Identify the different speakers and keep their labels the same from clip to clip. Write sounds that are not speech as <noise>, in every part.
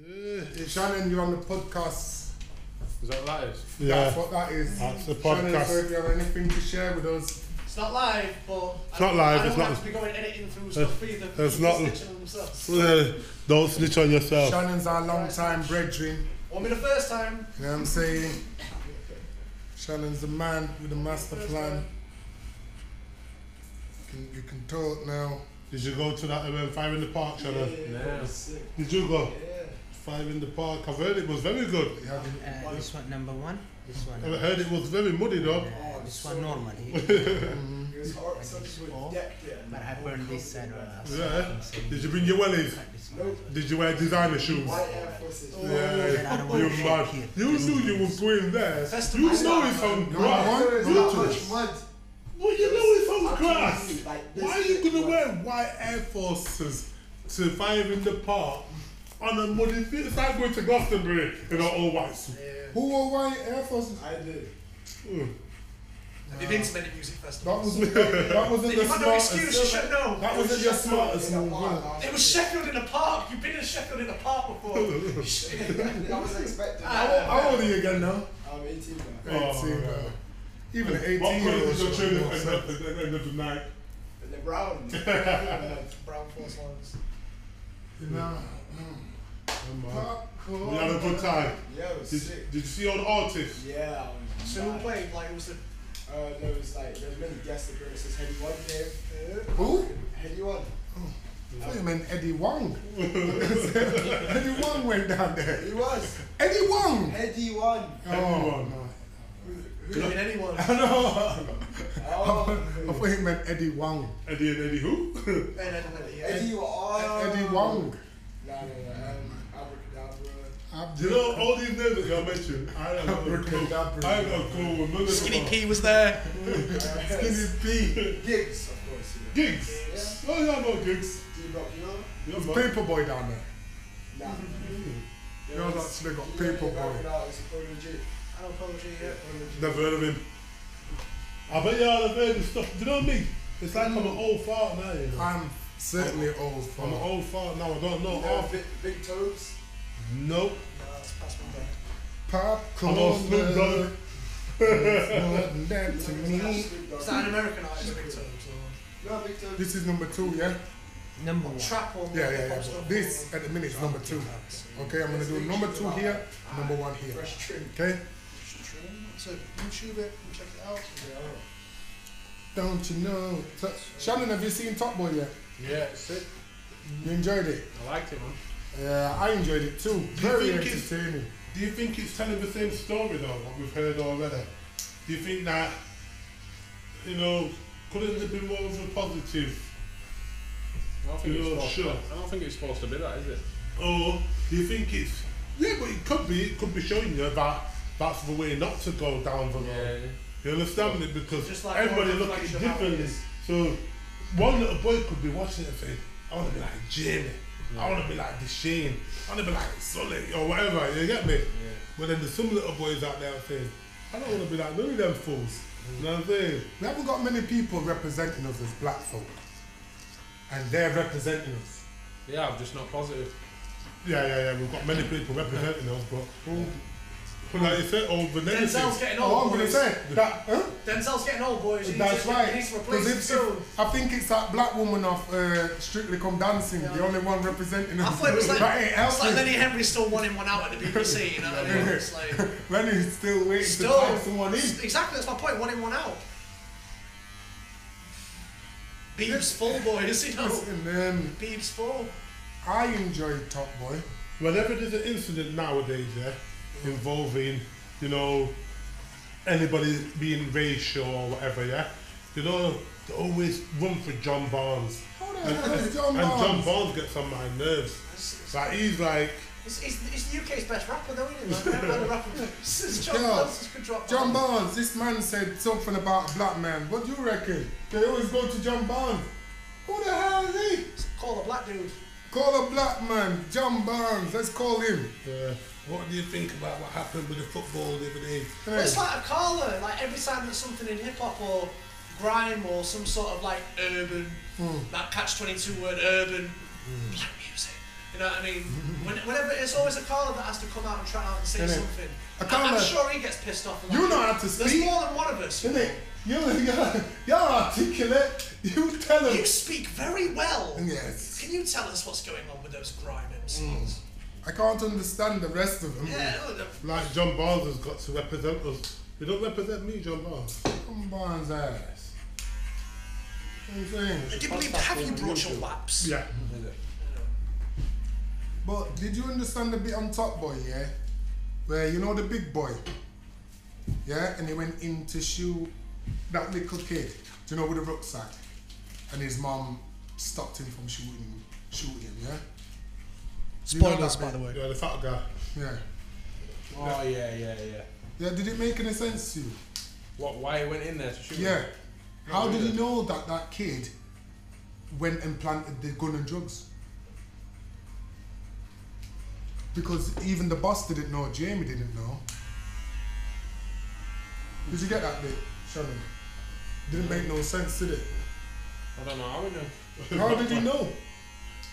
Speaker 1: Uh, Shannon, you're on the podcast.
Speaker 2: Is that what that is?
Speaker 1: That's
Speaker 3: Yeah,
Speaker 1: what that is.
Speaker 3: that's the
Speaker 1: Shannon, so if
Speaker 3: podcast.
Speaker 1: you have anything to share with us,
Speaker 4: It's not live, but
Speaker 3: It's not live,
Speaker 4: I don't
Speaker 3: it's not-
Speaker 4: have to be going editing through stuff either.
Speaker 3: it's
Speaker 4: People
Speaker 3: not-
Speaker 4: snitching on themselves.
Speaker 3: Uh, <laughs> Don't snitch on yourself.
Speaker 1: Shannon's our long time brethren.
Speaker 4: Well, me the first time.
Speaker 1: You know what I'm saying? Shannon's the man with the master plan. You can, you can talk now.
Speaker 3: Did you go to that event, Fire in the Park, Shannon?
Speaker 2: No.
Speaker 3: Did you go?
Speaker 4: Yeah.
Speaker 3: Fire in the Park. I've heard it was very good.
Speaker 1: You have it.
Speaker 5: Uh, this one number one. This one.
Speaker 3: I've heard it was very muddy though.
Speaker 5: uh, this one
Speaker 3: <laughs>
Speaker 5: normally.
Speaker 1: Mhm.
Speaker 4: It was hard, so just went
Speaker 5: Oh.
Speaker 4: decked it and
Speaker 5: but I
Speaker 4: all
Speaker 5: burned this
Speaker 4: covered
Speaker 5: side
Speaker 4: in
Speaker 5: or
Speaker 3: Yeah. Did you bring your wellies?
Speaker 5: This one.
Speaker 3: Did you wear designer shoes?
Speaker 4: White Air Forces. Oh.
Speaker 5: I
Speaker 3: Yeah.
Speaker 5: don't
Speaker 3: You
Speaker 5: want to
Speaker 3: mad.
Speaker 5: walk here.
Speaker 3: You knew you was going there.
Speaker 4: That's the
Speaker 3: You
Speaker 4: best
Speaker 3: know
Speaker 4: one.
Speaker 3: it's on
Speaker 4: No,
Speaker 3: grass.
Speaker 1: there is
Speaker 3: You
Speaker 1: not
Speaker 3: two-
Speaker 1: much
Speaker 3: Well, you know it's on
Speaker 4: Actually,
Speaker 3: grass.
Speaker 4: like this
Speaker 3: Why are you
Speaker 4: thick
Speaker 3: gonna
Speaker 4: one.
Speaker 3: wear white Air Forces to fire in the park on a muddy field? It's like going to Glastonbury in an all white suit.
Speaker 1: Who were white Air
Speaker 4: <laughs>
Speaker 1: Forces?
Speaker 4: I did.
Speaker 3: Mm.
Speaker 4: Have you been to many music
Speaker 1: That
Speaker 4: festivals?
Speaker 1: wasn't, that wasn't the
Speaker 4: You've had no excuse, you
Speaker 1: smartest.
Speaker 4: should know.
Speaker 1: That wasn't your smartest move, was it?
Speaker 4: It was Sheffield in the park. You've been in Sheffield in the
Speaker 3: <laughs>
Speaker 4: park before. <laughs>
Speaker 6: I was expecting
Speaker 4: I
Speaker 6: that.
Speaker 1: How old are you again now?
Speaker 6: I'm 18 now.
Speaker 1: 18.
Speaker 3: Oh,
Speaker 1: uh, Even an
Speaker 3: What
Speaker 1: 18
Speaker 3: colour
Speaker 1: year old.
Speaker 3: did your
Speaker 1: should
Speaker 3: trainers
Speaker 1: know
Speaker 3: end
Speaker 1: something.
Speaker 3: up at the end of the night?
Speaker 6: The brown. <laughs>
Speaker 4: Brown Force Ones.
Speaker 1: You know? Oh
Speaker 3: We had a good time.
Speaker 6: Yeah, it was
Speaker 3: Did,
Speaker 6: sick.
Speaker 3: did you see all the artists?
Speaker 6: Yeah. I was
Speaker 4: So who
Speaker 6: mad.
Speaker 4: played? Like, it was the.
Speaker 6: Uh, there was like, there's many guest appearances. Heady One came.
Speaker 1: Who?
Speaker 6: Heady One.
Speaker 1: I thought you meant Eddie
Speaker 3: <laughs>
Speaker 1: Wong. Eddie Wong went down there.
Speaker 6: He was.
Speaker 1: Eddie Wong!
Speaker 6: Heady One.
Speaker 1: Oh,
Speaker 3: Wong.
Speaker 1: no.
Speaker 3: <laughs>
Speaker 4: Who did anyone?
Speaker 1: I know.
Speaker 6: Oh.
Speaker 1: I thought you meant Eddie Wong.
Speaker 3: Eddie and Eddie who? <laughs>
Speaker 4: Ben, I don't know, yeah.
Speaker 6: Heady One.
Speaker 1: Eddie
Speaker 3: Uh,
Speaker 1: Wong.
Speaker 6: No, no, no. Um, Abracadabra.
Speaker 1: Abdul-
Speaker 3: you know all these names that you mentioned. I don't know. a clue. I ain't got a clue. with none of them
Speaker 4: Skinny
Speaker 3: are.
Speaker 4: P was there.
Speaker 6: Uh,
Speaker 1: Skinny
Speaker 3: <laughs>
Speaker 1: P.
Speaker 6: Gigs, of course.
Speaker 3: Gigs. Oh yeah, no gigs.
Speaker 6: Yeah. D-Rock, you know?
Speaker 3: Yeah,
Speaker 1: There's
Speaker 3: man.
Speaker 1: Paperboy down there.
Speaker 6: Nah. There
Speaker 1: Girls
Speaker 6: was-
Speaker 1: actually got
Speaker 6: you know,
Speaker 1: paper
Speaker 6: back
Speaker 1: boy.
Speaker 6: it out, it's Prodigy.
Speaker 4: I don't apologize, yeah.
Speaker 3: Never heard of him. I bet y'all have heard of stuff. Do you know what I mean? It's like I'm an old fart now. You know?
Speaker 1: I'm certainly old for
Speaker 3: I'm an old fart now. I don't know
Speaker 6: You know,
Speaker 3: half it.
Speaker 6: Big- Big Toes.
Speaker 3: Nope.
Speaker 4: No, it's past my bed.
Speaker 1: pop
Speaker 3: I'm
Speaker 1: color.
Speaker 3: on Snoop Dogg. <laughs>
Speaker 1: that to me.
Speaker 4: Is that an American artist, Big Toes? Or
Speaker 6: No, Big Toes.
Speaker 1: This is number two, yeah?
Speaker 5: Number one.
Speaker 4: trap or
Speaker 1: Yeah, yeah,
Speaker 4: pop
Speaker 1: yeah.
Speaker 4: stuff
Speaker 1: But this uh,
Speaker 4: or-
Speaker 1: at the minute is number two. Okay, I'm gonna do number two here, number one here.
Speaker 6: Fresh trim.
Speaker 1: Okay?
Speaker 4: So YouTube it and check it out.
Speaker 1: Don't you know? So, Shannon, have you seen Top Boy yet?
Speaker 2: Yeah, it's it.
Speaker 1: You enjoyed it?
Speaker 2: I liked it, man.
Speaker 1: Yeah, I enjoyed it too. Very
Speaker 3: think it's-
Speaker 1: entertaining.
Speaker 3: Do you think it's telling the same story though, what we've heard already? Do you think that, you know, couldn't there be more of a positive?
Speaker 2: I don't think it's
Speaker 3: You're
Speaker 2: supposed
Speaker 3: sure?
Speaker 2: to, I don't think it's supposed to be that, is it?
Speaker 3: Or do you think it's, yeah, but it could be, it could be showing you that that's the way not to go down the road. You understand me? Because
Speaker 4: Just like
Speaker 3: everybody
Speaker 4: one
Speaker 3: look at it
Speaker 4: reflection of how it
Speaker 3: differently.
Speaker 4: is.
Speaker 3: So one little boy could be watching it and saying, I want to be like Jamie. I want to be like Deshane. I want to be like Sully or whatever. You get me? But then there's some little boys out there saying, I don't want to be like none of them fools. You know what I'm saying?
Speaker 1: We haven't got many people representing us as black folk. And they're representing us.
Speaker 2: Yeah, I'm just not positive.
Speaker 3: Yeah, yeah, yeah. We've got many people representing us, but but like you said, all the
Speaker 4: Denzel's
Speaker 3: negative.
Speaker 4: getting old.
Speaker 1: Oh, I'm gonna
Speaker 4: boys.
Speaker 1: say that, huh?
Speaker 4: Denzel's getting old, boys. He
Speaker 1: That's
Speaker 4: needs to-
Speaker 1: right.
Speaker 4: He needs to
Speaker 1: 'Cause
Speaker 4: replace him
Speaker 1: if,
Speaker 4: soon.
Speaker 1: if, I think it's that black woman off uh, Strictly Come Dancing, the only one representing us.
Speaker 4: I thought it was like,
Speaker 1: that ain't
Speaker 4: it's like
Speaker 1: helping.
Speaker 4: Lenny Henry still one in, one out
Speaker 1: <laughs>
Speaker 4: at the BBC. You know what I mean? It's like
Speaker 1: Lenny's still waiting
Speaker 4: still
Speaker 1: to type someone in.
Speaker 4: exactly that's my point. One in, one out. Beeps full, boys. You know,
Speaker 1: Listen, um,
Speaker 4: beeps full.
Speaker 1: I enjoyed Top Boy.
Speaker 3: Whenever there's an incident nowadays, yeah, involving, you know, anybody being racial or whatever, yeah, you know, they always run for John Barnes.
Speaker 1: How the
Speaker 3: And,
Speaker 1: hell
Speaker 3: and-
Speaker 1: is John
Speaker 3: and John
Speaker 1: Barnes?
Speaker 3: Barnes gets on my nerves.
Speaker 4: It's- it's-
Speaker 3: Like he's like,
Speaker 4: He's, he's, he's the UK's best rapper, though, isn't he? man? I've had a rapper since John
Speaker 1: Yeah.
Speaker 4: Barnes could drop.
Speaker 1: John Barnes, this man said something about a black man. What do you reckon? They always go to John Barnes. Who the hell is he?
Speaker 4: Call a black dude.
Speaker 1: Call a black man, John Barnes. Let's call him.
Speaker 3: uh, what do you think about what happened with the football the other day?
Speaker 1: Hey,
Speaker 4: Well, it's like a caller. Like every time there's something in hip hop or grime or
Speaker 1: Hmm.
Speaker 4: some sort of like urban, that catch twenty two word urban, black music, You know what I
Speaker 1: <laughs>
Speaker 4: mean? when, whenever it's always a caller that has to come out and try out and say
Speaker 1: Innit?
Speaker 4: something.
Speaker 1: A
Speaker 4: I, am
Speaker 1: caller-
Speaker 4: sure he gets pissed off. a lot.
Speaker 1: You know how to
Speaker 4: There's
Speaker 1: speak.
Speaker 4: more than one of us. you
Speaker 1: Innit? <laughs> You, you're, you're articulate. You tell
Speaker 4: know.
Speaker 1: them.
Speaker 4: You speak very well.
Speaker 1: Yes.
Speaker 4: Can you tell us what's going on with those grime MCs?
Speaker 1: I can't understand the rest of them.
Speaker 4: Yeah, oh, the-
Speaker 3: Like John Barnes has got to represent us. You don't represent me, John Barnes.
Speaker 1: Come Barnes ass. You know what I'm saying?
Speaker 4: do you believe, have you brought your laps?
Speaker 3: Yeah.
Speaker 1: But did you understand the bit on Top Boy, yeah? Where you know the big boy, yeah? And he went in to shoot that little kid, do you know, with a rucksack. And his mom stopped him from shooting, shooting him, yeah? You know
Speaker 5: Spoilers,
Speaker 1: that
Speaker 5: by
Speaker 1: bit?
Speaker 5: the way.
Speaker 3: You're the fat guy.
Speaker 1: Yeah.
Speaker 2: Oh yeah, yeah, yeah.
Speaker 1: Yeah, did it make any sense to you?
Speaker 2: What? Why he went in there to shoot?
Speaker 1: Yeah.
Speaker 2: him?
Speaker 1: How did
Speaker 2: yeah.
Speaker 1: he know that that kid went and planted the gun and drugs? Because even the boss didn't know, Jamie didn't know. Did you get that bit, Shannon? Didn't make no sense, did it?
Speaker 2: I don't know. I wouldn't. Know.
Speaker 1: How did he know?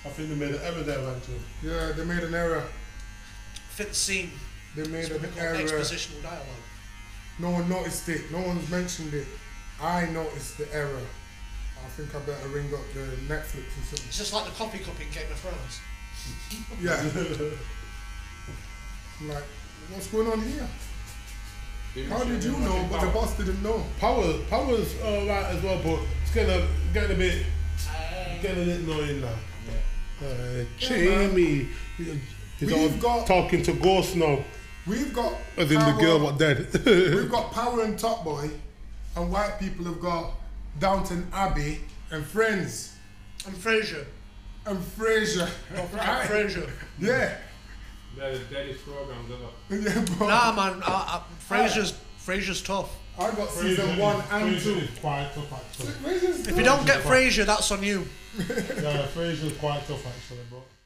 Speaker 3: I think they made an error there, right?
Speaker 1: Yeah, they made an error.
Speaker 4: Fifth scene.
Speaker 1: They made an
Speaker 4: something called
Speaker 1: error.
Speaker 4: Expositional dialogue.
Speaker 1: No one noticed it. No one's mentioned it. I noticed the error. I think I better ring up the Netflix or something.
Speaker 4: It's just like the copy cup in Game of Thrones.
Speaker 1: Yeah. <laughs> I'm like, what's going on here? How did you know? But the boss didn't know.
Speaker 3: Power, power's alright as well, but it's gonna get a bit, getting a bit annoying now. Uh, Jamie, he's
Speaker 1: We've
Speaker 3: all
Speaker 1: got-
Speaker 3: talking to ghosts now,
Speaker 1: We've got
Speaker 3: as in the girl what dead. <laughs>
Speaker 1: We've got Power and Top Boy, and white people have got Downton Abbey and Friends
Speaker 4: And Frasier.
Speaker 1: and Frasier.
Speaker 4: Right.
Speaker 1: <laughs>
Speaker 4: Frasier.
Speaker 1: yeah.
Speaker 2: They're the deadest programs ever.
Speaker 1: yeah but
Speaker 4: Nah, man. I, I, Frasier's, Frasier's tough.
Speaker 1: I got season one and two.
Speaker 3: Frasier is quite tough actually.
Speaker 1: Frasier's
Speaker 4: If you
Speaker 1: good.
Speaker 4: don't get Frasier, that's on you.
Speaker 3: yeah, Fraser's quite tough actually, but